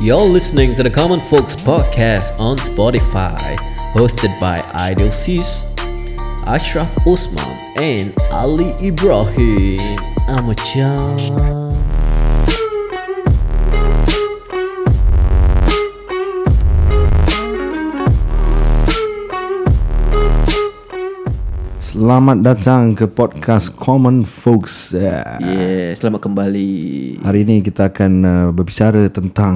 You're listening to the Common Folks podcast on Spotify, hosted by Ideal Sis, Ashraf Usman, and Ali Ibrahim. Amacam. Selamat datang ke podcast Common Folks. Ya. Yeah, selamat kembali. Hari ini kita akan uh, berbicara tentang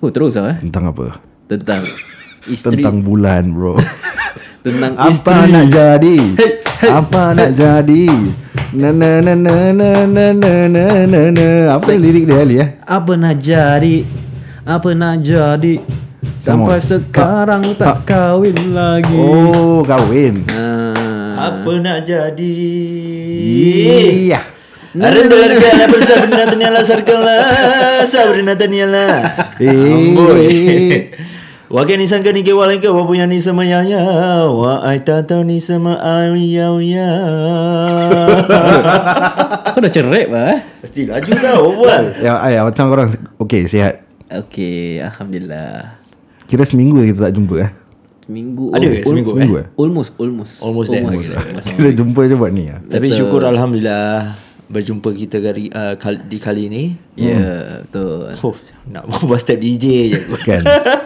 Oh, terus ah eh? tentang apa? Tentang isteri Tentang bulan, bro. tentang apa isteri. nak jadi? Hey, hey, Apa nak jadi? Na na na na na na na na na na. Apa lirik dia Ali ya? Apa nak jadi? Apa nak jadi? Sampai on. sekarang tak kahwin lagi. Oh, kahwin. Ah. Apa nak jadi? Iya. Arenda hargana bersabrina taniala lah. sarkala Sabrina taniala Eh. Amboi Wa ke ni sangka ni ke walai ke Wa punya ni sama ya ya Wa ai tatau ni sama ai ya ya Kau dah cerep lah eh? Pasti laju dah obal Ya, ay, macam korang okey sihat. Okay, Alhamdulillah. Kira seminggu kita tak jumpa eh. Minggu Ada ke seminggu, Seminggu eh. Almost, almost. Almost there. almost, almost. Kira jumpa je buat ni ya. Tapi syukur Alhamdulillah Berjumpa kita kali, uh, kali, di kali ni Ya, betul. Oh, nak buat step DJ je Kan.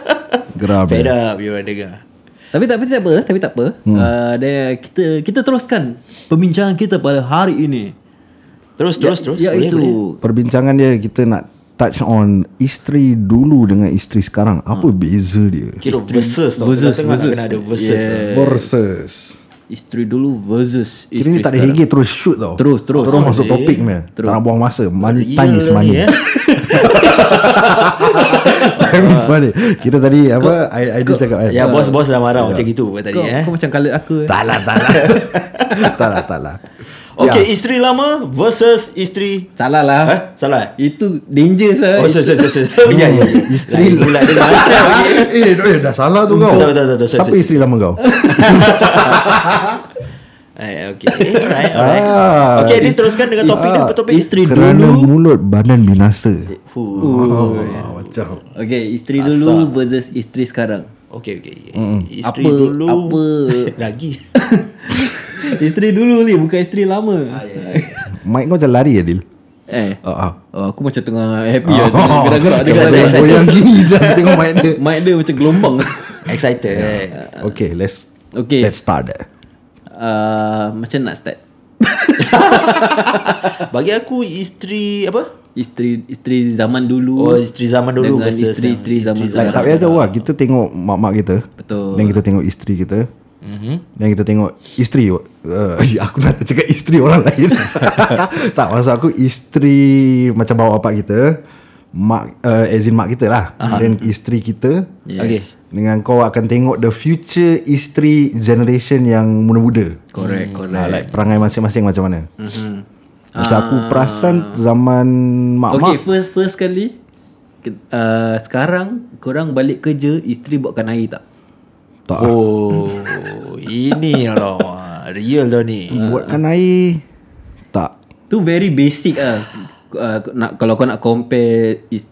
Geram. Fed ya. up you orang dengar Tapi tapi tak apa, tapi tak apa. Hmm. Uh, dia, kita kita teruskan perbincangan kita pada hari ini. Terus terus terus Ya Boleh, boleh. itu. Perbincangan dia kita nak touch on isteri dulu dengan isteri sekarang. Apa beza dia? Kira versus tau versus, Kita tengah nak versus. kena ada versus Yeah. yeah. Versus. Isteri dulu versus Kira ni isteri. tak ada hege terus shoot tau. Terus, terus. Terus masuk topik ni. Tak nak buang masa. Money, Real time is ni, money. eh. time is money. Kita tadi apa? I, I did cakap. I, Ya bos-bos dah marah macam gitu buat tadi Kau, eh. kau macam kalit aku. Eh. Tak lah, tak lah. tak lah, tak lah. Ya. Okey, isteri lama versus isteri Salah lah. eh salah. eh? Itu eh. danger sah. Oh, sorry, sorry, sorry. sorry. Ya, ya. ya. Isteri- Lain pula dengar. eh, eh, dah salah tu kau. Tak, tak, tak, tak, sorry, Siapa sorry. isteri lama kau? Eh, okey. Alright, alright. Ah, Okey, ni teruskan dengan topik dia, apa topik? Ah, Isteri Kerana dulu. mulut badan binasa. Huh. Oh, macam. Okay, isteri dulu versus isteri sekarang. Okey, okey. Isteri Apa- dulu apa? lagi. isteri dulu ni, bukan isteri lama. Ah, ya, Mic kau macam lari ya, Adil. Eh. Oh, oh. Oh, aku macam tengah happy oh. lah. Gerak-gerak dia. Dia gerak-gerak. goyang- goyang gini Zan Tengok mic dia Mic dia macam gelombang. Excited. Ya. eh. Okay let's Okay. Let's start that Uh, macam nak start. Bagi aku isteri apa? isteri isteri zaman dulu. Oh, isteri zaman dulu dengan versus isteri yang- isteri zaman Tak sekarang. tak payah jauh lah Kita tengok mak-mak kita Betul. Dan kita tengok isteri kita Dan kita tengok Isteri uh, Aku nak cakap isteri orang lain Tak maksud aku Isteri Macam bawa bapak kita Mak uh, As in mak kita lah Dan isteri kita Yes. Okay. Dengan kau akan tengok The future isteri Generation yang muda-muda Correct, correct. Ah, like perangai masing-masing macam mana. Mhm. Mm-hmm. Macam aku Ah. perasan zaman Okay, mak-mak. first first kali ke- uh, sekarang korang balik kerja, isteri buatkan air tak? Tak. Oh, ini lah real dah ni. Mm. Buatkan Ah. air. Tak. Tu very basic ah. Uh, nak kalau kau nak compare is,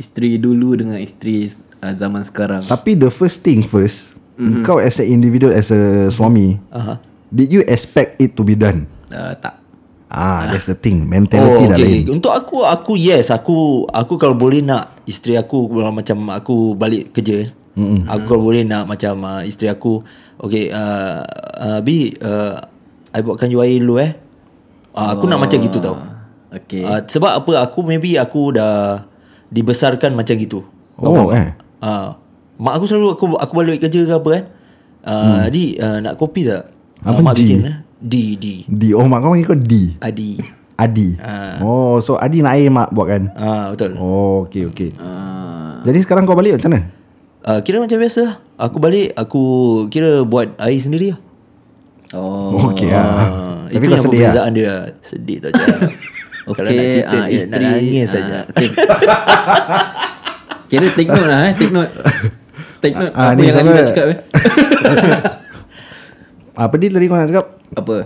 isteri dulu dengan isteri uh, zaman sekarang. Tapi the first thing first. Mhm. Mm-hmm. Kau as an individual, as a suami. Uh-huh. Did you expect it to be done? Uh, tak. Ah, that's the thing. Mentality dah lain. Oh, okay. Untuk aku aku yes, aku aku kalau boleh nak isteri aku kalau macam aku balik kerja. Mm-hmm. Aku kalau boleh nak macam uh, isteri aku okay uh, uh, bi uh, I buatkan you air dulu eh. Uh, aku nak macam gitu tau. Okay. Uh, sebab apa aku maybe aku dah dibesarkan macam gitu. Oh, eh. Uh, mak aku selalu aku aku balik kerja ke apa kan. Uh, Di uh, nak kopi tak? Hmm. Apa mak D? bikin eh? D D D. Oh, mak kau panggil kau D. Adi. Adi. Oh, so Adi nak air mak buatkan. Ah uh, betul. Oh, okay, okay. Uh, Ah. Jadi sekarang kau balik macam mana? Uh, kira macam biasa lah. Aku balik Aku kira buat air sendiri lah oh. Okay lah. uh, Tapi Itu kau sedih yang lah. perbezaan dia Sedih tak cakap Okay, Kalau nak cerita ah, dia Nak nangis ah, saja. okay. Kira take note lah eh, take note. Take note Ah, apa ni yang Ali sama- nak cakap eh. Apa dia Ah, tadi kau nak cakap? apa?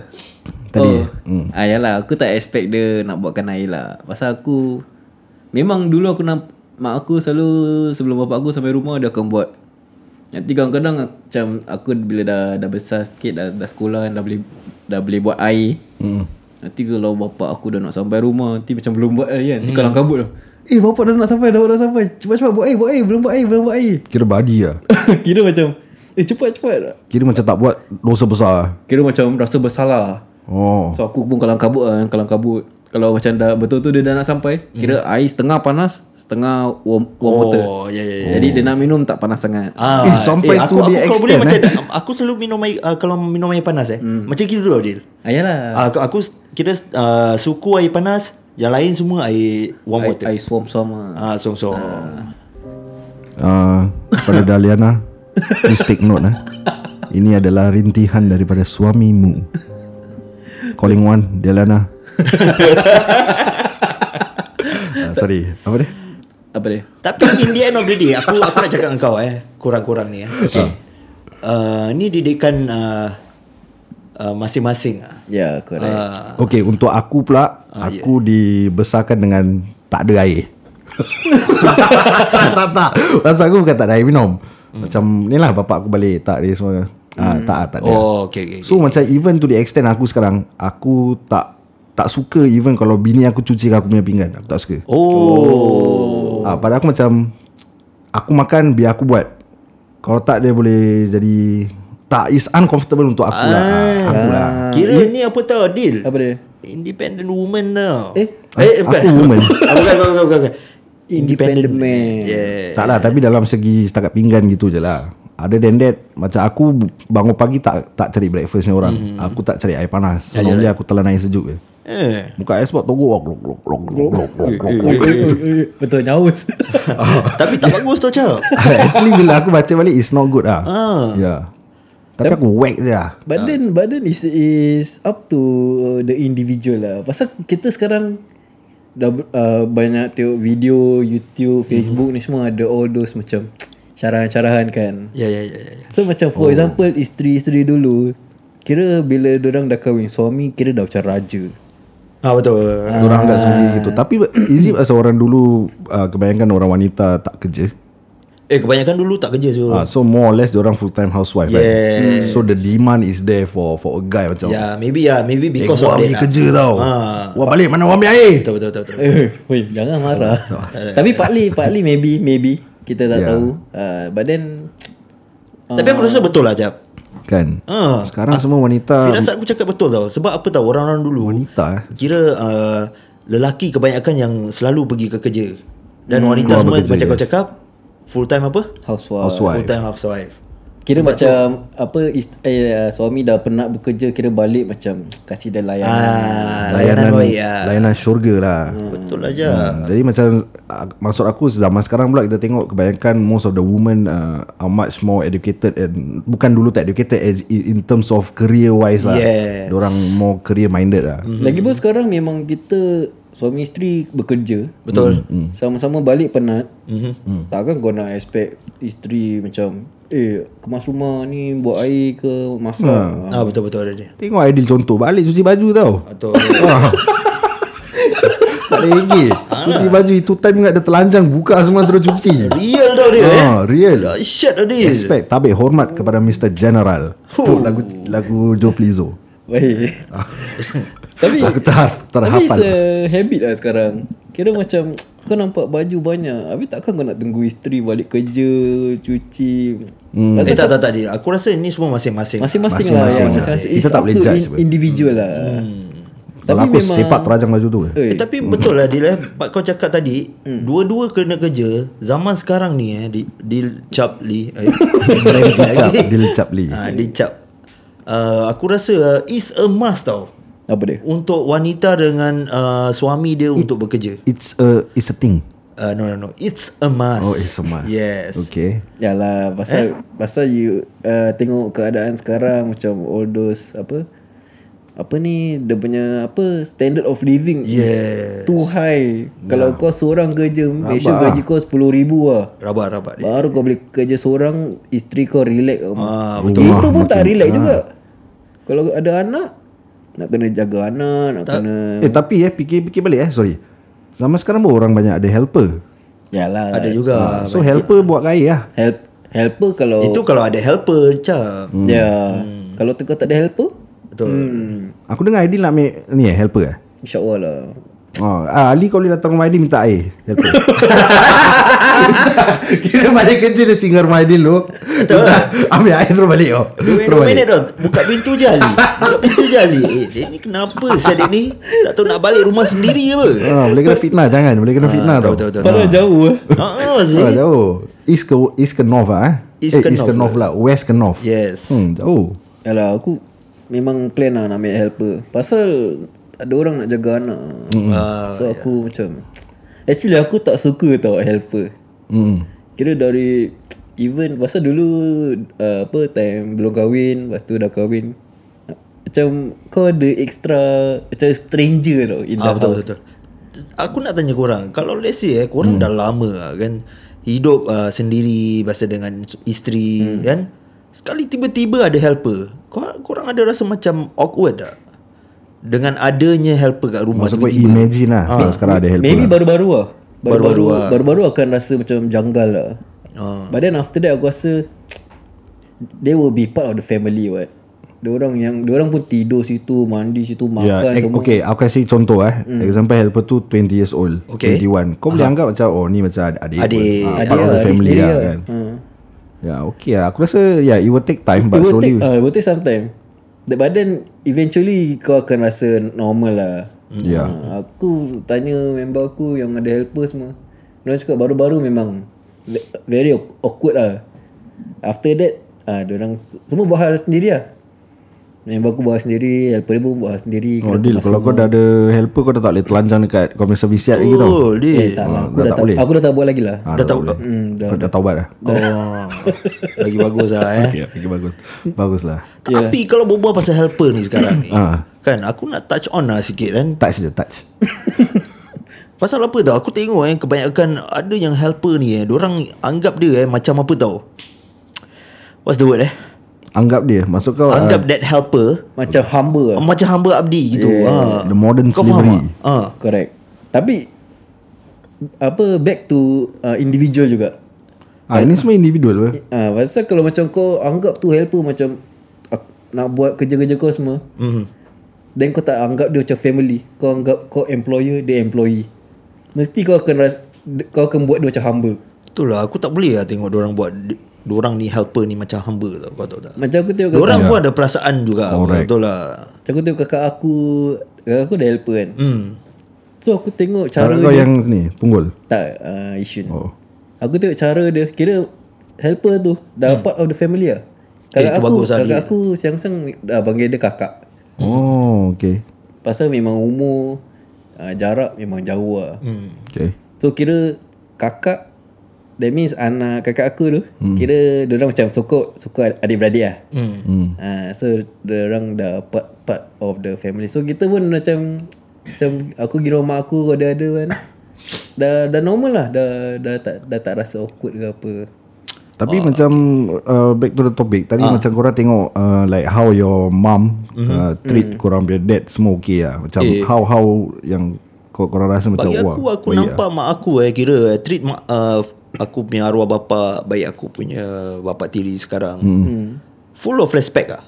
Tadi, Oh, ah, yalah, aku tak expect dia nak buatkan air lah. Pasal aku memang dulu aku nak Mak aku selalu Sebelum bapak aku sampai rumah Dia akan buat Nanti kadang-kadang Macam aku bila dah Dah besar sikit Dah, dah sekolah Dah boleh Dah boleh buat air hmm. Nanti kalau bapak aku dah nak sampai rumah Nanti macam belum buat air kan Hmm. Nanti kalang kabut lah Eh bapak dah nak sampai Dah nak sampai Cepat-cepat buat air Buat air Belum buat air Belum buat air Kira badi lah Kira macam Eh cepat-cepat Kira macam tak buat dosa besar lah. Kira macam rasa bersalah Oh So aku pun kalang kabut lah Kalang kabut Kalau macam dah betul-betul dia dah nak sampai Kira air setengah panas Setengah warm, warm water Hmm. Oh, ya, ya, Jadi dia nak minum tak panas sangat Ah, Eh, sampai tu aku, dia aku kalau boleh extend, macam aku selalu minum air uh, kalau minum air panas eh. Macam gitu loh Dil. Ah, Ah, Ayalah Aku aku s- kira uh, suku air panas, yang lain semua air warm water. Air suam-suam lah Ah, song song. uh, Pada Daliana Please take note lah Ini adalah rintihan daripada suamimu Calling one Daliana Ah, Sorry Apa dia? Apa dia? Tapi in the end of the day Aku, aku nak cakap dengan kau eh Kurang-kurang ni eh uh, Ni didikan uh, uh, Masing-masing ah. Ya correct uh, Okay untuk aku pula Aku dibesarkan dengan Tak ada air Tak tak tak Masa aku bukan tak ada air minum Macam ni lah bapak aku balik Tak dia semua ah, Tak ah, tak ada Oh okay, okay, okay. So macam even to the extent aku sekarang Aku tak tak suka even kalau bini aku cuci aku punya pinggan Aku tak suka Oh oh. ha, Pada aku macam Aku makan biar aku buat Kalau tak dia boleh jadi Tak is uncomfortable untuk aku lah Ah, Aku lah Kira ni apa tau Deal Apa dia? Independent woman tau Eh? Eh bukan Aku woman. Ah, Bukan bukan bukan, bukan. Independent man. Yeah Tak lah tapi dalam segi setakat pinggan gitu je lah Other than that Macam aku bangun pagi tak tak cari breakfast ni orang mm-hmm. Aku tak cari air panas so, Normally aku telan air sejuk je Eh Buka air sebab togok glok glok glok glok glok glok glok eh, glok. Betul nyaus Tapi tak bagus tau Cak Actually bila aku baca balik It's not good lah Ah. yeah. Tapi aku whack je lah But then But then is, is Up to uh, The individual lah Pasal kita sekarang Dah uh, banyak tengok video YouTube Facebook ni semua Ada all those macam Syarahan-syarahan kan Ya ya ya ya. So macam for oh. example Isteri-isteri dulu Kira bila orang dah kahwin Suami kira dah macam raja Ah betul Orang agak sendiri gitu Tapi is it as orang dulu uh, Kebanyakan orang wanita tak kerja Eh kebanyakan dulu tak kerja so uh, So more or less Diorang full time housewife right? Oh. Yes. So the demand is there For for a guy macam Ya maybe ya Maybe Eh, because kau of pergi that lah. kerja tau Ah. Wah balik mana orang ambil air Betul betul betul, betul. Eh, Weh, jangan marah. Tapi partly, partly maybe, maybe kita tak Yeah. tahu. Uh, but then Ah. Tapi aku rasa betul lah Jap Kan Ah. Sekarang semua wanita Firasat aku cakap betul tau Sebab apa tau Orang-orang dulu Wanita eh Kira uh, Lelaki kebanyakan yang Selalu pergi ke kerja Dan hmm, keluar wanita semua bekerja, Macam kau yes. cakap Full time apa? housewife. Housewife Full time housewife Kira macam apa ist- eh, uh, suami dah penat bekerja kira balik macam kasih dia layanan. ah, Layanan Layanan baik ah. Layanan syurga lah Betul lah Jap Uh, jadi macam uh, maksud aku zaman sekarang pula kita tengok kebanyakan most of the women uh, are much more educated and bukan dulu tak educated as in in terms of career wise lah. Yes. Hmm. Orang more career minded lah. Mm. Lagipun sekarang memang kita suami isteri bekerja. Betul Hmm. Sama-sama balik penat. Mm-hmm. Takkan kau nak expect isteri macam eh kemas rumah ni buat air ke masak. Hmm. Ah Betul-betul ada dia Tengok Aidil contoh balik cuci baju tau. Betul tak lagi. Ah. cuci baju itu time ingat dia telanjang buka semua terus cuci. Real tau dia eh Ah, real. Ah, Shit tau dia Respect, tabik hormat kepada Mr. General. Tu lagu lagu Joe Flizzo. Baik. Tapi Aku Tapi tak terhafal. it's a habit lah sekarang Kira macam Kau nampak baju banyak Habis takkan kau nak tunggu isteri balik kerja Cuci hmm. Eh tak tak tak dia. Aku rasa ni semua masing-masing Masing-masing lah Masing-masing. ya, Kita tak boleh judge pun. in, Individual lah Kalau aku sepak terajang baju tu. Eh. Eh, Eh, tapi betul lah Dil eh. Pak kau cakap tadi Dua-dua kena kerja Zaman sekarang ni eh Di- Dil Cap Lee eh, Dil Cap, Dil Cap Lee. ha, Dil Cap uh, Aku rasa uh, Is a must tau Apa dia? Untuk wanita dengan uh, Suami dia untuk bekerja It's a it's a thing. uh, No no no It's a must Oh, it's a must. Yes Okay. Yalah Ya lah, pasal pasal you uh, tengok keadaan sekarang macam all those apa apa ni dia punya apa standard of living is Yes. too high. Kalau kau seorang kerja make sure Rabak gaji kau 10000 lah. Rabat-rabat dia Baru kau boleh kerja seorang Isteri kau relax Ah, betul. Itu pun tak relax juga Kalau ada anak Nak kena jaga anak Nak kena Eh tapi eh fikir-fikir balik eh sorry. Zaman sekarang pun orang banyak ada helper. Yalah. Ada juga. So helper buat kaya lah Help helper kalau Itu kalau ada helper macam. hmm. ya. Kalau tu kau tak ada helper? Betul. Hmm. Aku dengar Aidil nak ambil Ni eh helper eh Insya-Allah lah. Oh, ah, Ali kau boleh datang rumah Aidil minta air helper. Kira balik kerja dia singgah rumah Aidil tu Minta ambil air terus balik oh. Wait Terus a balik minute dong. Buka pintu je Ali. Buka pintu je Ali. Eh, dia ni kenapa saya dia ni? Tak tahu nak balik rumah sendiri apa. ah, Boleh kena fitnah jangan Boleh kena fitnah tau Betul betul. Padahal jauh eh. Ha Ah, sih. jauh East ke, east ke north lah eh? East eh, ke east ke north north lah West ke north Yes. Hmm, jauh Yalah aku memang plan lah nak ambil helper. Pasal ada orang nak jaga anak. Hmm. Ah, So ya. aku macam Actually aku tak suka tau helper. Hmm. Kira dari even pasal dulu uh, apa time belum kahwin, lepas tu dah kahwin. Macam kau ada extra macam stranger tau in the Ah betul house. betul. Aku nak tanya korang, kalau let's say eh korang hmm. dah lama lah kan hidup uh, sendiri bahasa dengan isteri hmm. kan. Sekali tiba-tiba ada helper. Korang, korang ada rasa macam awkward tak? Dengan adanya helper kat rumah Maksud kau imagine lah Kalau sekarang ada helper Maybe lah. baru-baru lah. Baru-baru baru-baru akan rasa macam janggal lah. Ah. But then after that aku rasa they will be part of the family what. Diorang yang diorang pun tidur situ, mandi situ, Ya, makan yeah, eh, semua. okay, aku kasih contoh eh. Mm. Example helper tu 20 years old, Okay. 21. Kau boleh anggap macam oh ni macam adik. Adik. Adik. Ah, Adik part of lah, the family adik lah dia. kan. Ha. Ya, okay lah. Aku rasa ya yeah, it will take It time but will slowly. take, uh, it will take some time. That- But then eventually kau akan rasa normal lah. Ya. Ha, aku tanya member aku yang ada helper semua. Mereka cakap baru-baru memang ve- very awk- awkward lah. After that, ah, orang semua buat hal sendiri lah. Member aku buat hal sendiri, helper dia pun buat hal sendiri. Oh, deal. Kalau kau dah ada helper kau dah tak boleh telanjang dekat kau punya service yard lagi tau. Oh, eh, dia. tak lah. Aku Ah, dah dah, tak tak, boleh. aku dah tak buat lagi lah. Ha, dah, tak boleh. Hmm, dah. Kau dah taubat dah. Oh. Lagi bagus lah eh. Okay, okay, bagus. bagus lah. Tapi kalau berbual pasal helper ni sekarang ni. Ah. Kan aku nak touch on lah sikit kan. Touch je, touch. Pasal apa tau Aku tengok eh Kebanyakan ada yang helper ni eh Diorang anggap dia eh Macam apa tau What's the word eh Anggap dia. Masuk kau oh, uh, Anggap that helper Macam hamba lah. uh, Macam hamba abdi gitu yeah, ah, the modern Kau faham slavery. tak? Ah, Correct. Tapi, apa, back to uh, individual juga. Ah, ini semua individual apa? Ah, pasal kalau macam kau anggap tu helper macam ak- nak buat kerja-kerja kau semua. Mm. Then kau tak anggap dia macam family. Kau anggap kau employer, dia employee. Mesti kau akan ras- d- kau akan buat dia macam hamba. Betul lah Aku tak boleh lah tengok Diorang buat Diorang ni helper ni Macam hamba tau Kau tahu tak Macam aku tengok kakak, Diorang pun ada perasaan juga Betul lah macam aku tengok kakak aku, kakak aku dah helper kan. Hmm So aku tengok cara Cara dia, kau yang ni, punggol. tak uh, Ishun. Oh. Aku tengok cara dia, kira helper tu dah part of the family lah. Eh, Kakak tu aku, bagus lah, kakak aku siang-siang dah panggil dia kakak. Oh, okay. Pasal memang umur uh, Jarak memang jauh lah hmm. Okay. So kira Kakak That means anak kakak aku tu hmm. Kira Diorang macam sokok Sokok adik-beradik lah Hmm Hmm. uh, So Diorang dah part, part of the family So kita pun macam Macam Aku kira mak aku Kalau dia ada kan Dah, dah normal lah dah, dah, tak, dah tak rasa awkward ke apa Tapi Oh, macam uh, back to the topic Ah. tadi macam korang tengok uh, like how your mom Mhm. uh, treat korang punya dad semua okay lah. Macam how how yang kor- korang rasa macam Eh. Bagi wah. aku aku nampak mak aku eh kira eh, treat mak uh, aku punya arwah bapa baik aku punya bapa tiri sekarang. Hmm. Full of respect ah.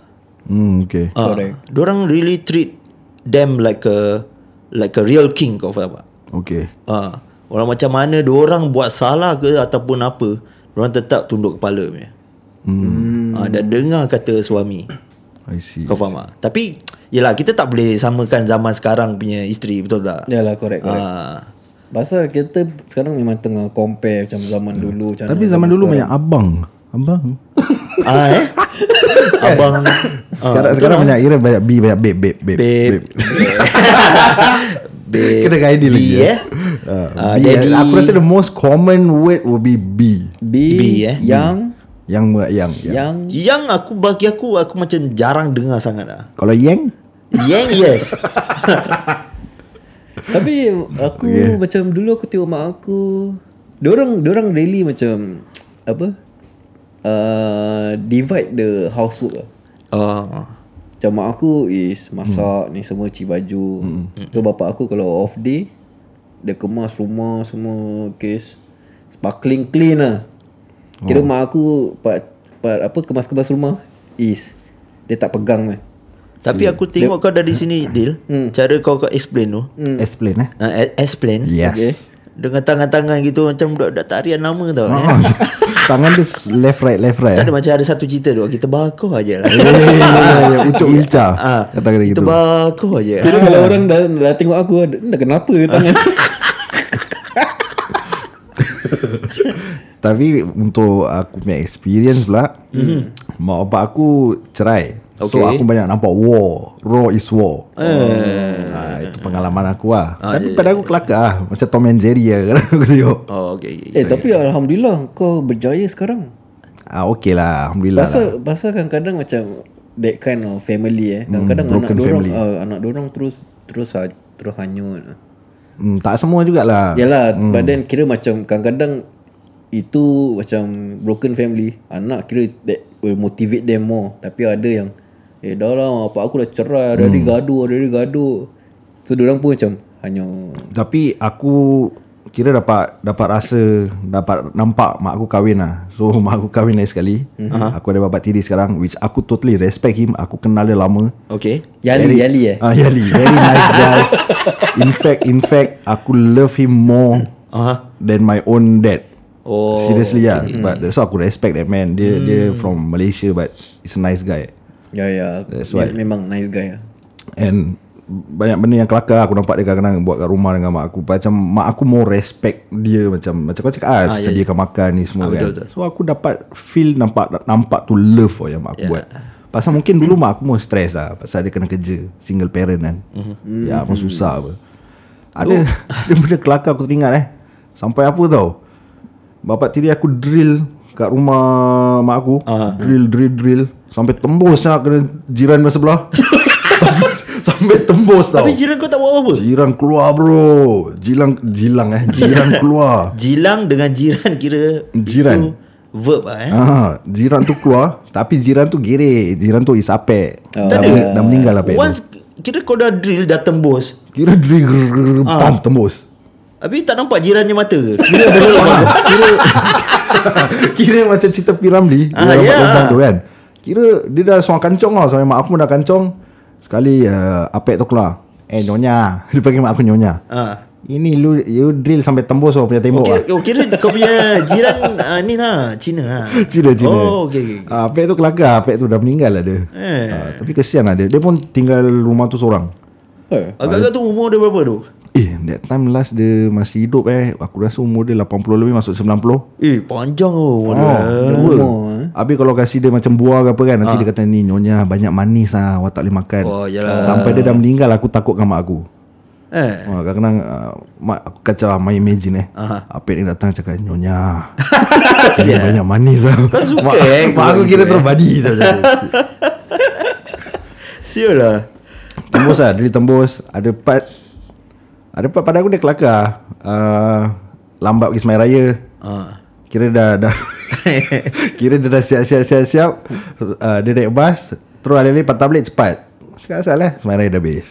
Hmm okay. Ah, Diorang really treat them like a like a real king kau faham tak? Okay. Ah, orang macam mana diorang buat salah ke ataupun apa, diorang tetap tunduk kepala punya. Hmm. Ah, dan dengar kata suami. I see. Kau faham tak? Tapi Yelah kita tak boleh samakan zaman sekarang punya isteri Betul tak? Yalah lah, correct, Ya, correct. Ah, Pasal kita sekarang memang tengah compare Macam zaman dulu macam Tapi zaman dulu banyak abang. Abang. ah eh? Abang sekarang sekarang banyak kira banyak B banyak babe babe babe. Ah, lah. Babe Babe Kena dengan ideal B, lagi. eh? Uh, Ah, B, daddy. aku rasa the most common word will be B. B, B, eh? eh? Hmm. yang, Yang yang. Ya. yang. yang Yang aku bagi aku Aku macam jarang dengar sangat lah Kalau yang Yang yes Tapi aku yeah. macam dulu aku tengok mak aku Diorang, diorang really macam Apa uh, Divide the housework lah oh. Macam mak aku is masak ni semua cuci baju mm. So bapak aku kalau off day Dia kemas rumah semua kes Sparkling clean lah Kira oh. mak aku part, part, apa Kemas-kemas rumah Is Dia tak pegang lah Tapi aku tengok kau dari sini Hmm. Dil Cara kau kau explain tu Explain eh uh, Explain Yes Okay. Dengan tangan-tangan gitu Macam budak-budak tarian lama tau Ah, Tangan dia s- left right left right eh. Tak ada macam ada satu cerita tu Kita bakar je lah Eh, ya, ya, ya, Ucuk wilca Ah, Kata kena gitu Kita lah. bakar je Kira lah. kalau orang dah, dah tengok aku Dah, dah kenapa tangan Tapi untuk aku punya experience pula Mhm. Mak bapak aku cerai So Okay. aku banyak nampak war Raw is war Eh. Ah, Itu pengalaman aku lah Ah, ya, Tapi pada aku kelakar lah Macam Tom and Jerry lah kadang Aku tengok Oh okay, okay. Eh tapi Alhamdulillah Kau berjaya sekarang ah, Okay lah Alhamdulillah lah. Pasal pasal kadang-kadang macam That kind of family eh Kadang-kadang anak Hmm, broken dorong family. uh, Anak dorong terus Terus ha- terus hanyut lah. hmm, Tak semua jugalah Yalah hmm. But then kira macam Kadang-kadang Itu macam Broken family Anak kira That will motivate them more Tapi ada yang Eh dah lah Apa aku dah cerai Ada Hmm. dia gaduh Ada dia gaduh So orang pun macam Hanya Tapi aku kira dapat dapat rasa dapat nampak mak aku kahwin lah. So mak aku kahwin lagi sekali. Uh-huh. Aku ada bapak tiri sekarang which aku totally respect him. Aku kenal dia lama. Okay Yali Yali eh Ah Yali, very nice guy. In fact, in fact, aku love him more Aha. than my own dad. Oh, Seriously yeah. But that's why aku respect that man. Dia dia from Malaysia but he's a nice guy. Ya ya That's Dia Memang nice guy lah And banyak benda yang kelakar aku nampak dia kadang-kadang buat kat rumah dengan mak aku macam mak aku more respect dia macam macam kau cakap ah, sediakan makan ni semua kan ya, Ah, betul. so aku dapat feel nampak nampak tu love oh yang mak aku yeah. buat pasal mungkin dulu mak aku more stress lah pasal dia kena kerja single parent kan mm-hmm. ya pun susah apa ada ada benda kelakar aku teringat eh sampai apa tau bapak tiri aku drill kat rumah mak aku drill drill drill sampai tembus lah kena jiran sebelah Sampai tembus tau Tapi jiran kau tak buat apa-apa Jiran keluar bro Jilang Jilang eh Jiran keluar Jilang dengan jiran kira Jiran. itu Verb lah eh ah, Jiran tu keluar Tapi jiran tu gere Jiran tu isapek oh. dah, meni- dah meninggal lah pek Once Kira kau dah drill dah tembus tu. Kira dri ah. Pam tembus Habis tak nampak jirannya mata ke Kira betul lah Kira Kira macam cerita Piramli Ah, ah, Dia ya. yeah. lubang tu kan Kira Dia dah seorang kancong lah Sampai mak aku pun dah kancong Sekali uh, Apek tu keluar Eh nyonya Dia panggil mak aku nyonya Ah. Ini lu You drill sampai tembus lah Punya tembok lah Kira, oh, kira kau punya jiran ah, Ni lah Cina lah Cina Cina Oh okay, okay. Ah, Pek tu kelakar Pek tu dah meninggal lah dia Eh. ah, Tapi kesian lah dia Dia pun tinggal rumah tu seorang Eh, Agak-agak tu umur dia berapa tu Eh that time last dia masih hidup eh Aku rasa umur dia 80 lebih masuk 90 Eh panjang Oh, oh, oh. tua. Habis kalau kasih dia macam buah ke apa kan Nanti dia kata ni nyonya banyak manis lah Awak tak boleh makan Ah. Oh, yalah. Sampai dia dah meninggal aku takut dengan mak aku Eh Wah, kadang-kadang uh, mak aku kacau lah, my imagine eh. Aha. Apa yang datang cakap nyonya. Ini banyak manis lah. Kau suka, mak, eh, mak aku gitu, kira eh. terbadi saja. Sial lah Tembus lah Drill tembus Ada part Ada part pada aku dia kelakar uh, Lambat pergi semai raya ah. Kira dah, dah Kira dia dah siap-siap siap-siap uh, Dia naik bas Terus alih-alih patah balik cepat Cakap asal lah Semai raya dah habis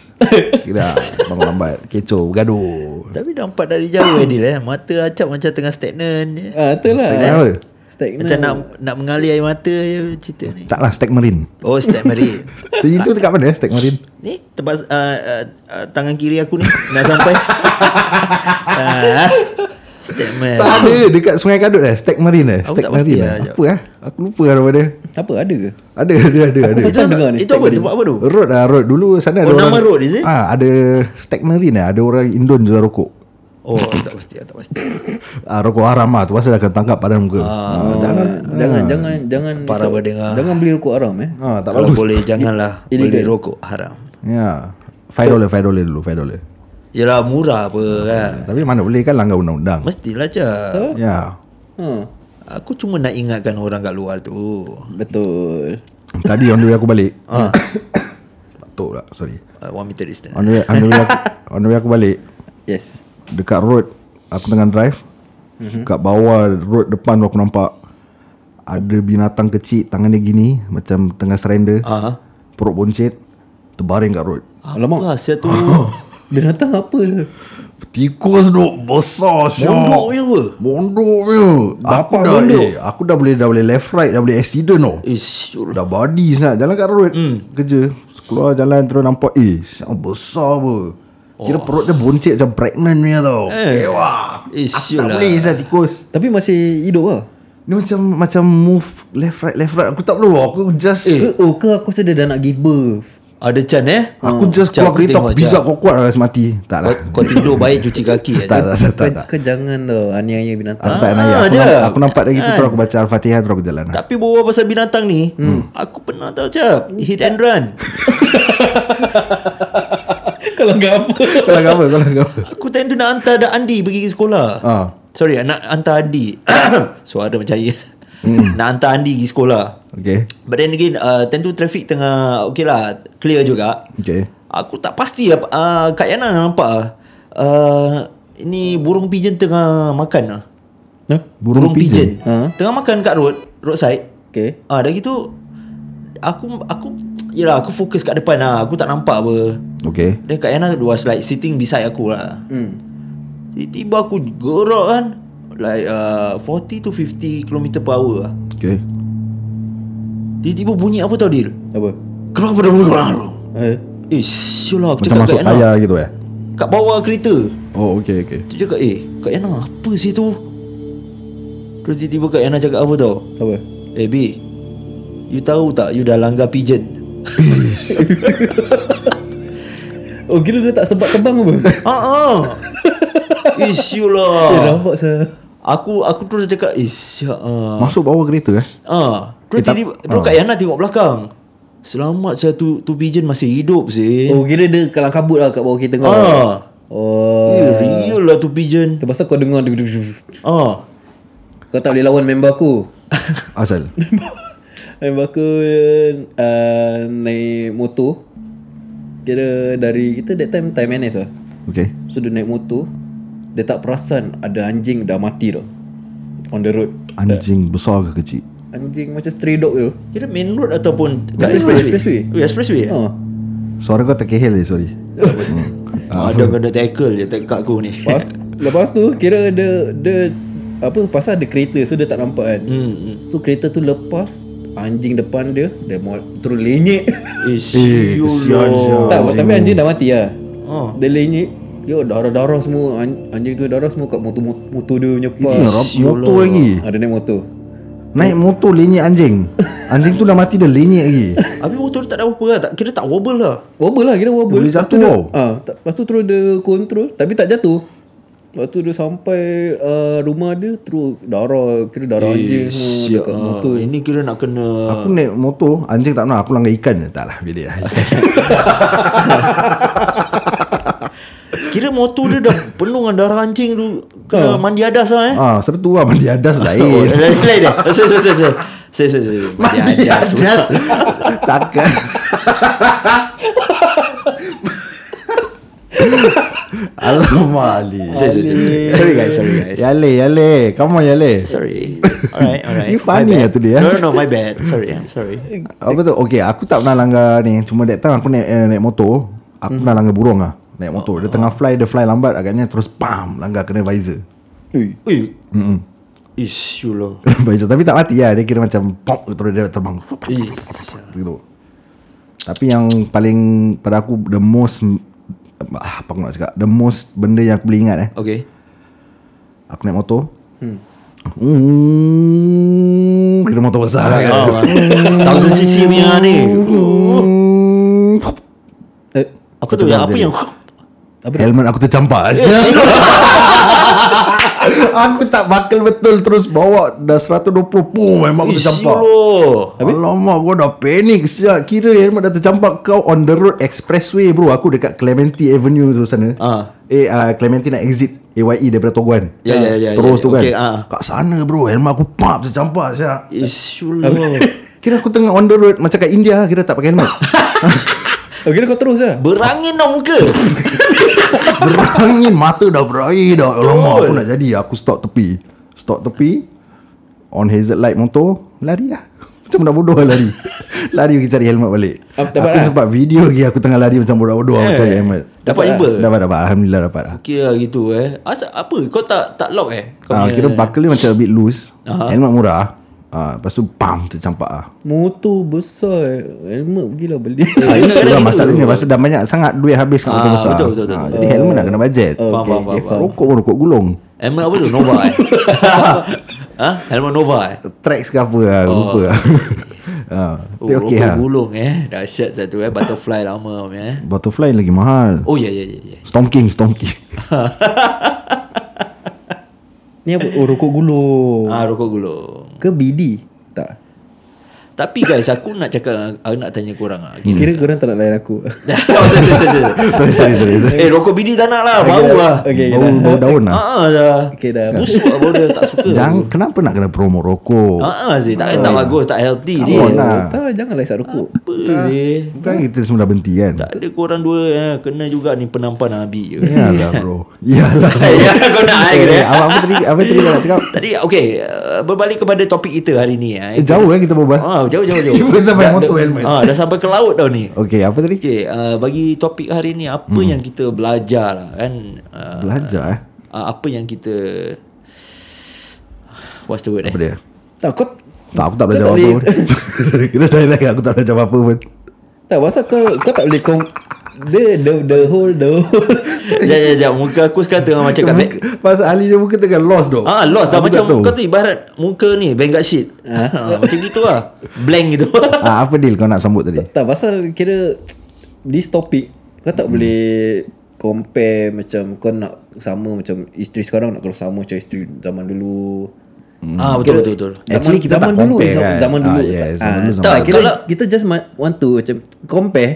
Kira ah, bangun lambat Kecoh Bergaduh Tapi nampak dari jauh Adil eh Mata acap macam tengah stagnan Ah, tu lah Stagnan apa? Stagnan Macam nak nak mengalir air mata je cerita ni Tak lah Stag Marine Eh, Oh step mari Itu dekat mana Stag Marine Ni tempat uh, uh, uh, tangan kiri aku ni Nak sampai uh, Step mari Tak ada Dekat Sungai Kadut eh Stag Marine eh Eh. Aku Stag tak pasti Marine lah, eh. jap. Apa eh Aku lupa lah nama dia Apa ada ke Ada ada ada Aku ada. kan first time dengar ni Itu Stag apa Marine. tempat apa tu Road lah road Dulu sana ada Oh, orang nama road, is it? Ah, ada Stag Marine lah Ada orang Indon jual rokok Oh tak pasti lah, tak pasti ah, Rokok haram lah Tu pasal akan tangkap pada muka ah, Jangan Jangan jangan jangan Para so- pendengar. Jangan beli rokok haram eh. ah, Tak Kalau bagus boleh janganlah Boleh rokok haram Ya Five dollar Five dollar dulu Five dollar Yelah murah apa kan Tapi mana boleh kan Langgar undang-undang Mestilah je Ya Ha. Aku cuma nak ingatkan orang kat luar tu Betul. Tadi on the way aku balik Ah. Batuk lah Sorry uh, One meter distance On the way, on the way, aku, on the way aku balik Yes. Dekat road Aku tengah drive Mhm. mm-hmm. Kat bawah Road depan tu aku nampak Ada binatang kecil Tangan dia gini Macam tengah surrender Ah. Perut boncet Terbaring kat road Alamak. Apa sial tu Binatang apa lah. Tikus duk besar syok. Mondok punya apa? Mondok punya. Aku Bapak dah mondok. Eh. eh, aku dah boleh dah boleh left right, dah boleh accident tau. Ish, Dah body sangat Jalan kat road Hmm. mm. Kerja Keluar jalan terus nampak Eh siapa besar apa Oh. Kira perut dia boncit macam pregnant punya tau Eh wah Ish, Aku tak lah. boleh Izzah tikus Tapi masih hidup lah Dia macam Macam move Left right left right Aku tak perlu Aku just eh. Ke oh ke aku rasa dia dah nak give birth Ada can eh? Aku just Macam keluar kereta Aku tengok, bizak macam, kuat-kuat lah mati Tak lah Kau, kau tidur baik cuci kaki eh, Tak tak tak tak, Kau, tak. kau jangan tau Aniaya Aku binatang tak nak Ah, aku, je. Ah. nampak, aku nampak dia gitu Terus aku baca Al-Fatihah Terus aku jalan Tapi bawa pasal binatang ni hmm. Aku pernah tau cap Hit and run Kalau enggak apa Kau nak apa Kau nak apa Aku time tu nak hantar dah Andi pergi ke sekolah Ah. Sorry nak hantar Andi Suara macam yes Hmm. Nak hantar Andi pergi sekolah Okay But then again uh, Time tu traffic tengah Okay lah Clear juga Okay Aku tak pasti lah uh, Kak Yana nampak uh, Ini burung pigeon tengah makan lah Huh? Burung pigeon. Ha. Tengah makan kat road Roadside Okay Ah dah gitu Aku Aku Yelah aku fokus kat depan lah Aku tak nampak apa Okay Then Kak Yana was like sitting beside aku lah hmm. Tiba-tiba aku gerak kan Like uh, 40 to 50 km per hour lah Okay Tiba-tiba bunyi apa tau Dil Apa Kenapa dah bunyi kenapa Eh, Eh syulah aku Macam cakap masuk Kak Yana tayar gitu eh Kat bawah kereta Oh okay okay Dia cakap eh Kak Yana apa sih tu Terus tiba-tiba Kak Yana cakap apa tau Apa Eh B You tahu tak You dah langgar pigeon Oh kira dia tak sempat terbang apa Ah, ah. Ish Eh you lah rabak sah Aku aku terus cakap Ish ya ah. Masuk bawah kereta eh ah. Eh, Terus tak- tiba-tiba Terus ah. Kak Yana tengok belakang Selamat saya tu, tu pigeon masih hidup sih Oh kira dia kalang kabut lah kat bawah kita kau Ah. Oh Eh, real lah tu pigeon Terpaksa kau dengar duk- duk- duk- duk. Ah. Kau tak boleh lawan member aku Asal Member aku uh, Naik motor Kira dari Kita that time Time NS lah Okay So dia naik motor Dia tak perasan Ada anjing dah mati tau On the road Anjing besar ke kecil Anjing macam stray dog tu Kira main road ataupun kat Expressway, expressway. expressway. Oh, expressway. eh? ha. Suara kau terkehel je sorry Ah, Ada kena tackle je tak- kat aku ni. Lepas, lepas tu Kira dia Dia Apa Pasal ada kereta So dia tak nampak kan Hmm. So kereta tu lepas Anjing depan dia Dia mau Terus lenyek Ish, Eh, you kesian lah. sia. Tak tapi anjing dah mati lah Oh. Dia lenyek Yo darah-darah semua An- Anjing tu darah semua Kat motor, motor dia punya Ini pas ya Rob, Eh, motor lagi Ada naik motor Naik motor lenyek anjing Anjing tu dah mati dah lenyek lagi Habis motor dia tak ada apa-apa lah. Tak, kira tak wobble lah. Wobble lah kira wobble Boleh Lepas jatuh tu dia- tau. ah, ha, Lepas tu terus dia control Tapi tak jatuh Lepas tu dia sampai uh, rumah dia Terus darah Kira darah anjing semua Dekat Ah, motor Ini kira nak kena... Aku naik motor Anjing tak nak Aku langgar ikan je Tak lah bilik lah ikan. Kira motor dia dah penuh dengan darah anjing tu. Kena mandi adas lah eh. Ah, Sertu lah mandi adas Oh, lain lain lain dah. Sorry, sorry, sorry. Sorry, sorry, sorry. Mandi adas Takkan Alamak Ali Sorry, sorry, sorry. Sorry guys, sorry guys. Yale Yale Come on Yale Sorry. Alright, alright. You funny My lah bad. today, ah. No, no, no, my bad. Sorry, I'm sorry. Apa tu? Okay, aku tak pernah langgar ni. Cuma that time aku naik, eh, naik motor, aku Hmm. pernah langgar burung lah. Naik Oh. motor. Dia tengah fly, dia fly lambat agaknya. Terus pam, langgar kena visor. Ui. Ui. Ish, you lah. visor. Tapi tak mati lah. Dia kira macam pop, terus dia terbang. Ish. Gitu. Tapi yang paling pada aku, the most, ah, apa aku nak cakap, the most benda yang aku boleh ingat eh. Okay. Aku naik motor. Hmm. Hmm, kira motor besar kan. Oh, 1000cc punya ni. Hmm. Eh, Apa tu yang apa yang Helmet aku tercampak Aku tak bakal betul Terus bawa Dah 120 Pum memang aku Ish, tercampak you lah. Alamak gua dah panik sejak Kira helmet dah tercampak Kau on the road expressway bro Aku dekat Clementi Avenue tu sana Ah. Eh uh, Clementi nak exit AYE daripada Toguan Ya, ya, ya, Terus ya, tu kan okay, ah. Kat sana bro Helmet aku pap tercampak sejak Ish, you lah. Kira aku tengah on the road Macam kat India lah, Kira tak pakai helmet Oh kira kau terus lah Berangin dah muka Berangin mata dah berair dah Alamak aku nak jadi Aku stop tepi Stop tepi On hazard light motor Lari lah Macam budak bodoh lah lari Lari pergi cari helmet balik Ah, dapat Aku lah. sempat video lagi Aku tengah lari macam budak bodoh Aku Eh. cari helmet Dapat jumpa? Dapat dapat Alhamdulillah dapat lah Okey lah gitu eh. Asal apa? Kau tak tak lock eh? Kau Ah, punya- Kira buckle dia macam a bit loose Helmet murah Ah, Lepas tu Bam tercampak lah Motor besar Helmet gila beli Ah, itulah kadang-kadang masalahnya gitu. Pasal dah banyak sangat Duit habis kat motor Ah, besar betul, betul, betul. Ah, Jadi helmet nak kena bajet Faham, faham, faham, faham. Rokok pun rokok gulung Helmet apa tu? Nova eh? ha? Helmet Nova eh? Tracks ke apa lah oh. Lupa lah ah, Oh, Tapi okey rokok lah gulung eh. Dahsyat satu eh. Butterfly lama punya, eh. Butterfly lagi mahal Oh ya ya ya ya. Storm King Storm King Ni apa Oh rokok gulung Ah rokok gulung. Ke BD Tak Tapi guys aku nak cakap aku nak tanya korang ah. Okay. Kira korang tak nak layan aku oh, Hmm. sorry, sorry, sorry, sorry. Sorry sorry sorry, sorry. Eh rokok bidi tak nak lah Bau lah Okay Bau, dah. bau daun lah Haa dah Okay dah Busuk lah bau dia tak suka Jangan Kenapa nak kena promo rokok Haa Ah, Zee tak, tak bagus Tak healthy Come dia on Hmm. lah. Tak janganlah isap rokok Apa Zee Kan kita semua dah berhenti kan Tak ada korang dua eh. Kena juga ni penampan Nabi je Yalah bro Yalah Ya kau nak eh kira Eh, Apa apa tadi Apa tadi kau nak cakap Tadi okay uh, Berbalik kepada topik kita hari ni Eh eh. jauh kan kita berbual Ah, jauh jauh jauh Even sampai motor dah- helmet. ah, Dah sampai ke laut tau ni Okay apa tadi Okay uh, Bagi topik hari ni Apa Hmm. yang kita belajar lah kan uh, Belajar eh uh, Apa yang kita What's the word eh Apa dia Tak kau Tak aku tak Kau belajar tak apa boleh- pun Kita dah lain aku tak belajar apa pun Tak pasal kau Kau tak boleh kau The the the whole the whole Sekejap sekejap sekejap Muka aku sekarang tengah macam kat Muka- Pasal Ali dia muka tengah lost doh. Ah, lost dah Aku tak macam tahu. Ha? kau tu ibarat muka ni bengkat shit. Ah, macam gitu lah. Blank gitu. Ah, apa deal kau nak sambut tadi? Tak pasal kira This topic Kau Hmm. tak boleh Compare macam Kau nak sama macam Isteri sekarang nak kalau sama macam isteri zaman dulu Hmm. ah, betul betul betul. Actually, kita tak dulu, compare zaman, kan. Zaman dulu Ah, yes, zaman dulu, tak, zaman kira, dulu. Kita just ma- want to macam Compare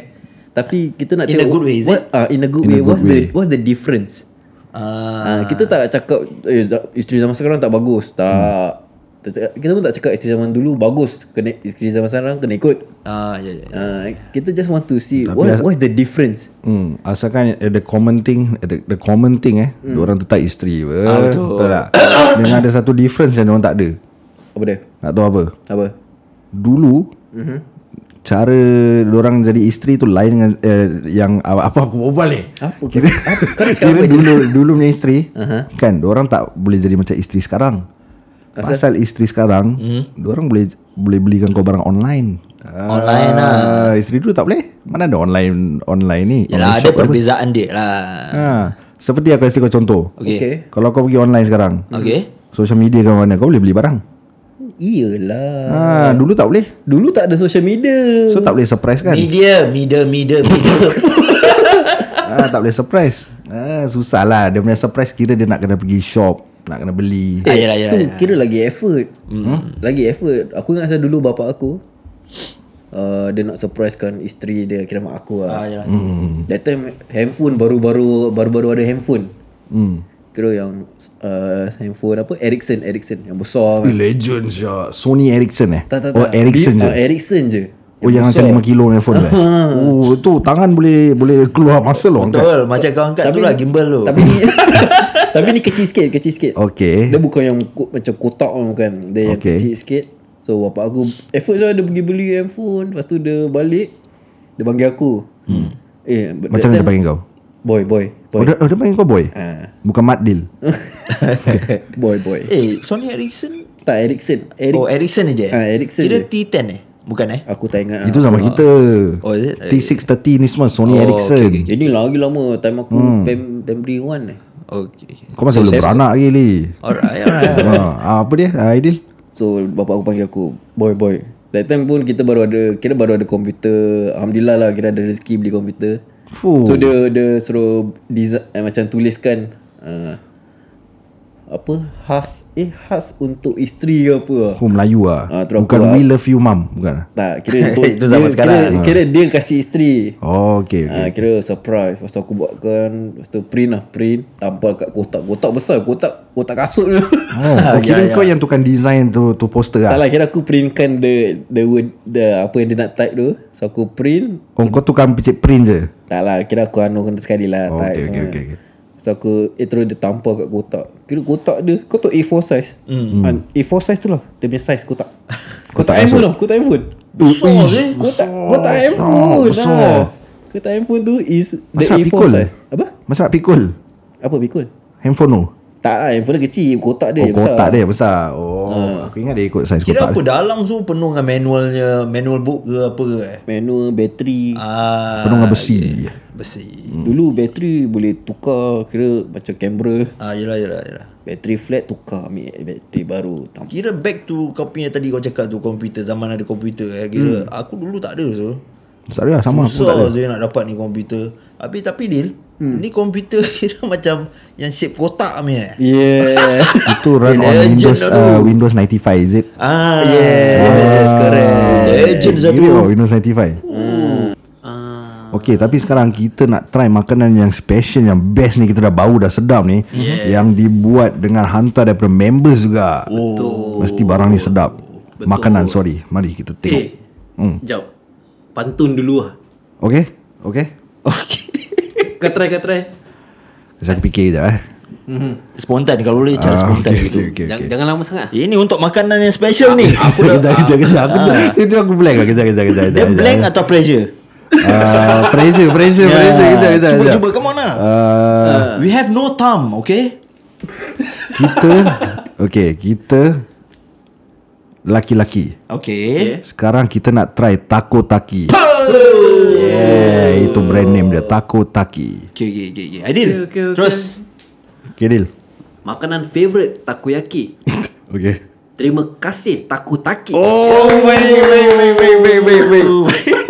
Tapi kita nak In a tengok good way, is it? what, ah, In a good In a way good What's way. the What's the difference Ah, Ah, kita tak cakap eh, za- isteri zaman sekarang tak bagus. Tak. Kita cakap- Kita pun tak cakap isteri zaman dulu bagus. Kena isteri zaman sekarang kena ikut. ah, ya ya. Ah, kita just want to see Tapi what as- what's the difference. Hmm, asalkan ada common thing, ada the common thing eh, hmm. orang tetap isteri apa. Ah, betul. tak? lah. Dengan ada satu difference yang orang tak ada. Apa dia? Nak tahu apa? Apa? Dulu Mhm. mm-hmm. cara orang jadi isteri tu lain dengan eh, yang apa, apa aku berbual ni. Apa? Kira, apa? Kau nak cakap Kira apa? je? dulu dulu punya isteri uh-huh. kan orang tak boleh jadi macam isteri sekarang. Pasal, isteri sekarang mm. orang boleh boleh belikan kau barang online. Online ah. Isteri dulu tak boleh. Mana ada online online ni? Yalah online ada shop apa. perbezaan dia lah. Ha, seperti aku kasih kau contoh. Okey. Okay. Kalau kau pergi online sekarang, Okey. Kan? social media kau mana kau boleh beli barang. Iyalah. Ha, dulu tak boleh. Dulu tak ada social media. So tak boleh surprise kan? Media, media, media, media. ha, tak boleh surprise. Ha, susah lah. Dia punya surprise kira dia nak kena pergi shop, nak kena beli. ah, yalah yalah. Itu kira lagi effort hmm. Lagi effort Aku ingat saya dulu bapak aku uh, Dia nak surprisekan isteri dia Kira mak aku lah Ah, yalah. hmm. That time handphone baru-baru Baru-baru ada handphone hmm. Kira yang uh, Handphone apa Ericsson Ericsson Yang besar Eh, kan legend je. Sony Ericsson eh? Tak tak tak Oh, Ericsson Di- je. ah, Ericsson je Oh, yang macam 5 kilo punya phone lah. Oh, tu tangan boleh boleh keluar masa loh. angkat. Betul, macam kau angkat tu lah gimbal tu. Tapi ni Tapi ni kecil sikit Kecil sikit Okey. Dia bukan yang ko- macam kotak pun bukan Dia yang Oh, Okay. kecil sikit So bapak aku Effort je dia pergi beli handphone Lepas tu dia balik Dia panggil aku hmm. Eh but that Macam mana dia time- panggil kau? Boy boy Oh, Boy dia, oh, dia panggil kau boy? Ah. Bukan Mat Dil. Boy boy eh, Sony Ericsson. Tak Ericsson Eric, Oh, Ericsson je. eh? Ah, Ericsson Kira je. T10 eh? Bukan eh? Aku tak ingat lah. Itu zaman kita. Oh, is it? T630 ni semua Sony Oh, Ericsson. okay, Ini lagi lama Time aku Hmm. pem, Pemberi one eh Okey. okey. Kau masih belum beranak lagi Li Alright, alright. ha, Apa dia Ah, Aidil So bapak aku panggil aku Boy boy That time pun kita baru ada Kira baru ada komputer Alhamdulillah lah Kira ada rezeki beli komputer Oh. Fuh. So dia dia suruh design, eh, macam tuliskan uh, apa khas eh khas untuk isteri ke apa lah. Oh Melayu lah Ah, terus aku Bukan lah. we love you mum Bukan Tak kira untuk- Itu zaman dia, sekarang. Kira, kira dia kasih isteri. Oh okay, Okay. Ah, okay. kira surprise. Lepas tu aku buatkan lepas tu print lah print tampal kat kotak. Kotak besar, kotak kotak kasut tu. Ah, Oh, oh kira kau yang tukang design tu tu poster ya, tak lah lah kira aku printkan the the word the apa yang dia nak type tu. So aku print Oh kau tukang picit print je tak lah kira aku anu kena sekali lah Oh, type okay, okay, semua. okay, okay. So aku Eh terus dia tampar kat Hmm. Ah, kotak Kira kotak dia Kau tahu A4 size mm. A4 size tu lah Dia punya size kotak Kau tak iPhone tau Kau tak iPhone Besar sih. Kau tak Kau tak iPhone besar. lah Kau tak iPhone tu Is the Masak A4 pikul. size eh? Apa? Masa nak pikul Apa pikul? Handphone tu Tak lah handphone dia kecil Kotak Oh dia besar kotak dia besar Oh Aku ingat dia ikut saiz Kira kotak apa dia dalam tu penuh dengan manualnya Manual book ke apa ke eh? Manual bateri Ah, Penuh dengan besi Besi Dulu bateri boleh tukar Kira macam kamera Ah, yelah, yelah, yelah Bateri flat tukar ambil bateri baru Tam- Kira back tu kau punya tadi kau cakap tu komputer Zaman ada komputer eh Kira hmm. aku dulu tak ada tu Tak ada lah sama aku tak ada Susah je nak dapat ni komputer Habis tapi Dil hmm. Ni komputer kira macam Yang shape kotak ni eh Yeah Itu run on Legend Windows lah uh, Windows 95 is it? Ah, Yes correct Legend satu Yo, Windows 95 Okay tapi sekarang kita nak try makanan yang special Yang best ni kita dah bau dah sedap ni yes. Yang dibuat dengan hantar daripada members juga Betul Mesti barang ni sedap Betul. Makanan sorry Mari kita tengok Eh Sekejap Pantun dulu lah Okay Okay Kau try kau try Saya fikir sekejap eh Spontan kalau boleh Cara spontan Ah, okay, gitu okay, okay, Jangan- okay. Jangan lama sangat Ini untuk makanan yang special ni Aku dah Kejap kejap kejap Aku Itu aku blank lah Kejap kejap kejap Ah. Dia kejap, blank kejap. atau pressure Ah, Pressure Pressure Ya. Pressure Kejap kejap Cuba kejap cuba come on lah Ah, We have no time Okay Kita Okay Kita Laki-laki Okay Sekarang kita nak try Taco Taki Yeah Itu brand name dia Taco Taki Okay okay okay, okay. Adil Okay, okay, okay. Terus Okay Dil Makanan favourite Takoyaki Okay Terima kasih Takutaki Oh wait wait wait wait wait wait wait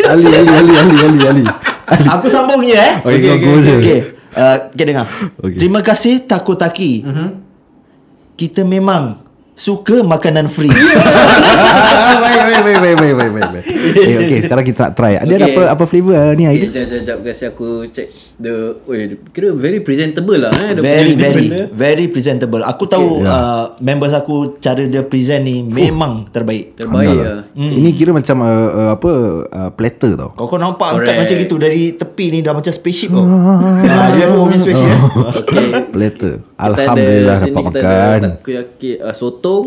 Ali Ali Ali Ali Ali Ali Aku sambungnya eh Okay, okay, okay, okay. okay. Uh, okay dengar Okay. Terima kasih Takotaki Mhm. uh-huh. Kita memang Suka makanan free Ya, Ah, Wait wait wait wait wait wait wait wait Okay, okay Eh, sekarang kita nak try Dia ada Okay. apa apa flavour ah, ni Okay, Aidil? Eh, jap, jap, jap Kasi aku check The Oi, kira very presentable lah eh, dia Very punya very benda. Very presentable Aku tahu uh, Members aku Cara dia present ni Memang terbaik Terbaik lah Ini kira macam uh, uh, apa uh, platter tau Kau kau nampak angkat Correct. macam gitu Dari tepi ni Dah macam spaceship kau Ah, UFO punya spaceship eh. Platter Kita ada Alhamdulillah sini, dapat kita ada makan Takoyaki uh, Sotong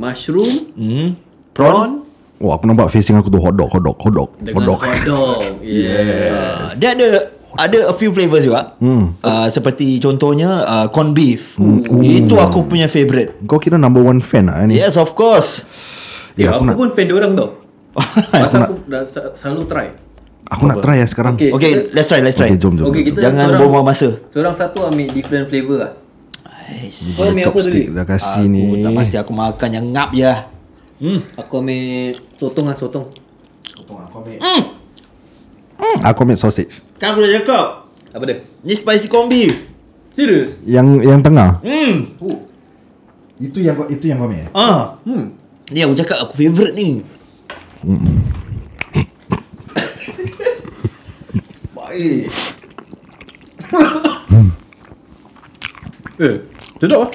Mushroom hmm. Prawn Wah aku nampak facing aku tu hotdog Hotdog Hotdog Dengan Hotdog hotdog Yeah Uh, dia ada ada a few flavours juga. Hmm. Uh, seperti contohnya uh, corn beef. Itu aku punya favourite. Kau kira number one fan lah ni Yes, of course. Eh, Ya, aku, aku nak pun fan dia orang tau. Pasal aku, dah sa- selalu try. aku nak try lah sekarang Okay, Okay, let's try, let's try. Okay, jom, jom. Okay, kita Jangan seorang- buang-buang masa. Seorang satu ambil different flavour lah. Aish, Kau ambil apa tadi? Chopstick dah kasi Aku ni Oh, tak pasti aku makan yang ngap je. Hmm. Aku ambil sotong lah, sotong. Hmm. Hmm, Aku ambil sausage Kan aku dah cakap. Apa dia? Ni spicy corn beef. Serius? Yang yang tengah Hmm. Oh, Itu yang itu yang kau ambil eh? Ah. hmm. Ni aku cakap aku favourite ni. Baik. Eh, sedap lah.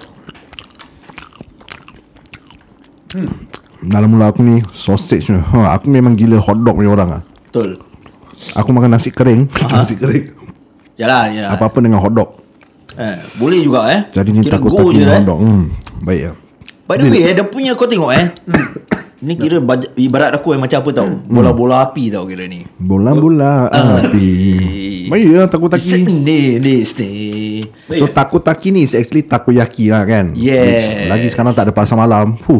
Dalam mula aku ni sausage ni ha, Aku memang gila hotdog punya orang lah Betul. Aku makan nasi kering Ah, Nasi kering Yalah, yalah. Apa-apa dengan hotdog Eh, boleh juga eh. Jadi ni Kira takut go takut je, eh. hotdog hmm, Baik lah By the way, eh, dia punya kau tengok eh. ni kira baj- ibarat aku eh, macam apa tau. Mm. Bola-bola api tau kira ni. Bola-bola Ah. api Baik lah This takutaki ni, this ni. So takutaki ni is actually takoyaki lah kan Yes. Hmm. Which Lagi sekarang tak ada pasar malam Huh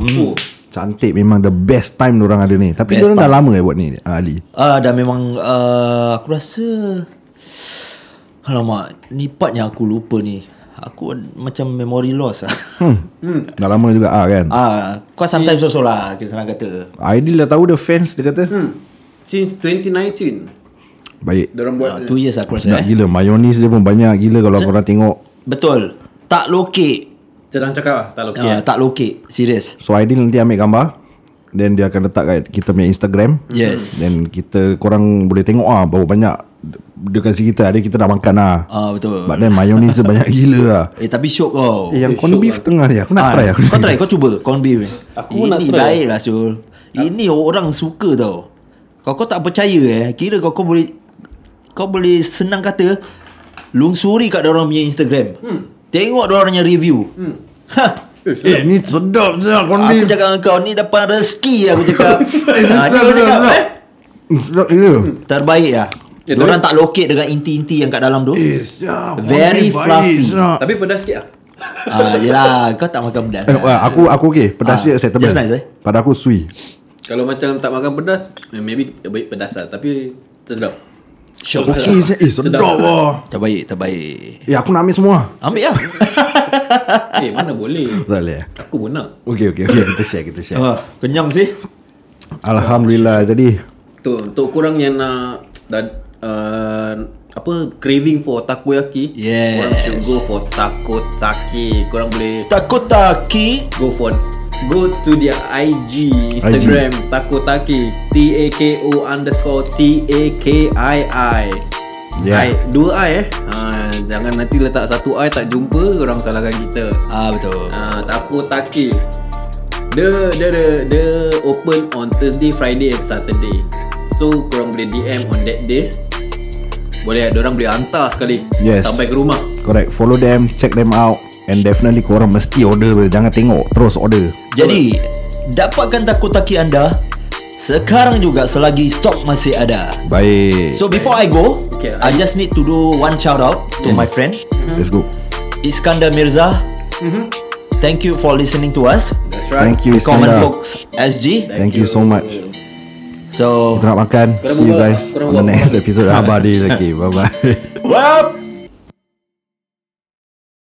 Cantik memang the best time orang ada ni Tapi Best orang dah lama eh buat ni Ali Ah, dah memang uh, aku rasa Alamak, ni part yang aku lupa ni. Aku macam memory loss ah. Hmm. Dah lama juga ah kan. ah, kau sometimes so lah, kita senang kata. Aidil dah tahu dia fans dia kata. Hmm. Since 2019, Baik. diorang buat. Ah, two years aku Sedap rasa. Eh. gila mayonis dia pun banyak gila kalau korang tengok. Betul. Tak lokek. Sedang cakap lah, tak Okay. lokal. Ah, tak lokek. Serius. So Aidil nanti ambil gambar then dia akan letak kat kita punya Instagram. Hmm. Yes. Then kita korang boleh tengok ah bawa banyak dia kasi kita ada kita dah makan ah. Ah, betul. But then mayonis dia banyak gila ah. Eh tapi syok kau Eh, yang corn beef tengah ni aku nak Ah, try aku. Kau try kau cuba Corn beef ni. Aku Ini nak try. baik lah Syul Ini orang suka tau Kau kau tak percaya eh Kira kau kau boleh Kau boleh senang kata Lungsuri kat orang punya Instagram hmm. Tengok orang punya review hmm. Ha Eh ni sedap je kondi Aku cakap dengan kau Ni dapat rezeki aku cakap ha, Eh, Ni aku sedap, cakap sedap. Hmm. eh? Sedap gila Terbaik Eh, lah Ya, ya, tapi- Diorang tak locate dengan inti-inti yang kat dalam tu Eh sedap Kondi Very baik, fluffy. sedap. Tapi pedas sikit lah Ah, yelah Kau tak makan pedas Eh, lah. wah, aku aku okey pedas Ah, dia acceptable. just nice, eh? Pada aku sui. Kalau macam tak makan pedas eh, Maybe baik pedas lah Tapi Tersedap Syok Okey je. Eh sedap wah. Terbaik Terbaik Eh aku nak ambil semua. Ambil lah Eh mana boleh Tak boleh. eh? Aku pun nak Okey okey okey kita share kita share. Ah, Kenyang sih Alhamdulillah jadi Tu untuk korang yang nak dan uh, apa craving for takoyaki, Yes. korang should go for takotaki. Korang boleh Takotaki go for go to their IG Instagram takotaki T A K O underscore T A K I I. Yeah. I, dua I eh. Ha, jangan nanti letak satu I tak jumpa orang salahkan kita. Ah betul Ah, Tapu Taki. Dia dia dia dia open on Thursday, Friday and Saturday. So korang boleh DM on that days. Boleh orang boleh hantar sekali Yes. sampai ke rumah. correct follow them check them out and definitely korang mesti order bro. jangan tengok terus order. Jadi Dapatkan takotaki anda Sekarang juga Selagi stok masih ada Baik. So before I go Okay, I just need to do One shout out To my friend let's go. Iskandar Mirza Thank you for listening to us That's right. Thank you Common Iskandar. Folks SG Thank you so much. So Kita nak makan. Korang See you berbual- guys korang on the berbual- next episode. Abadi lagi. Bye bye. Wap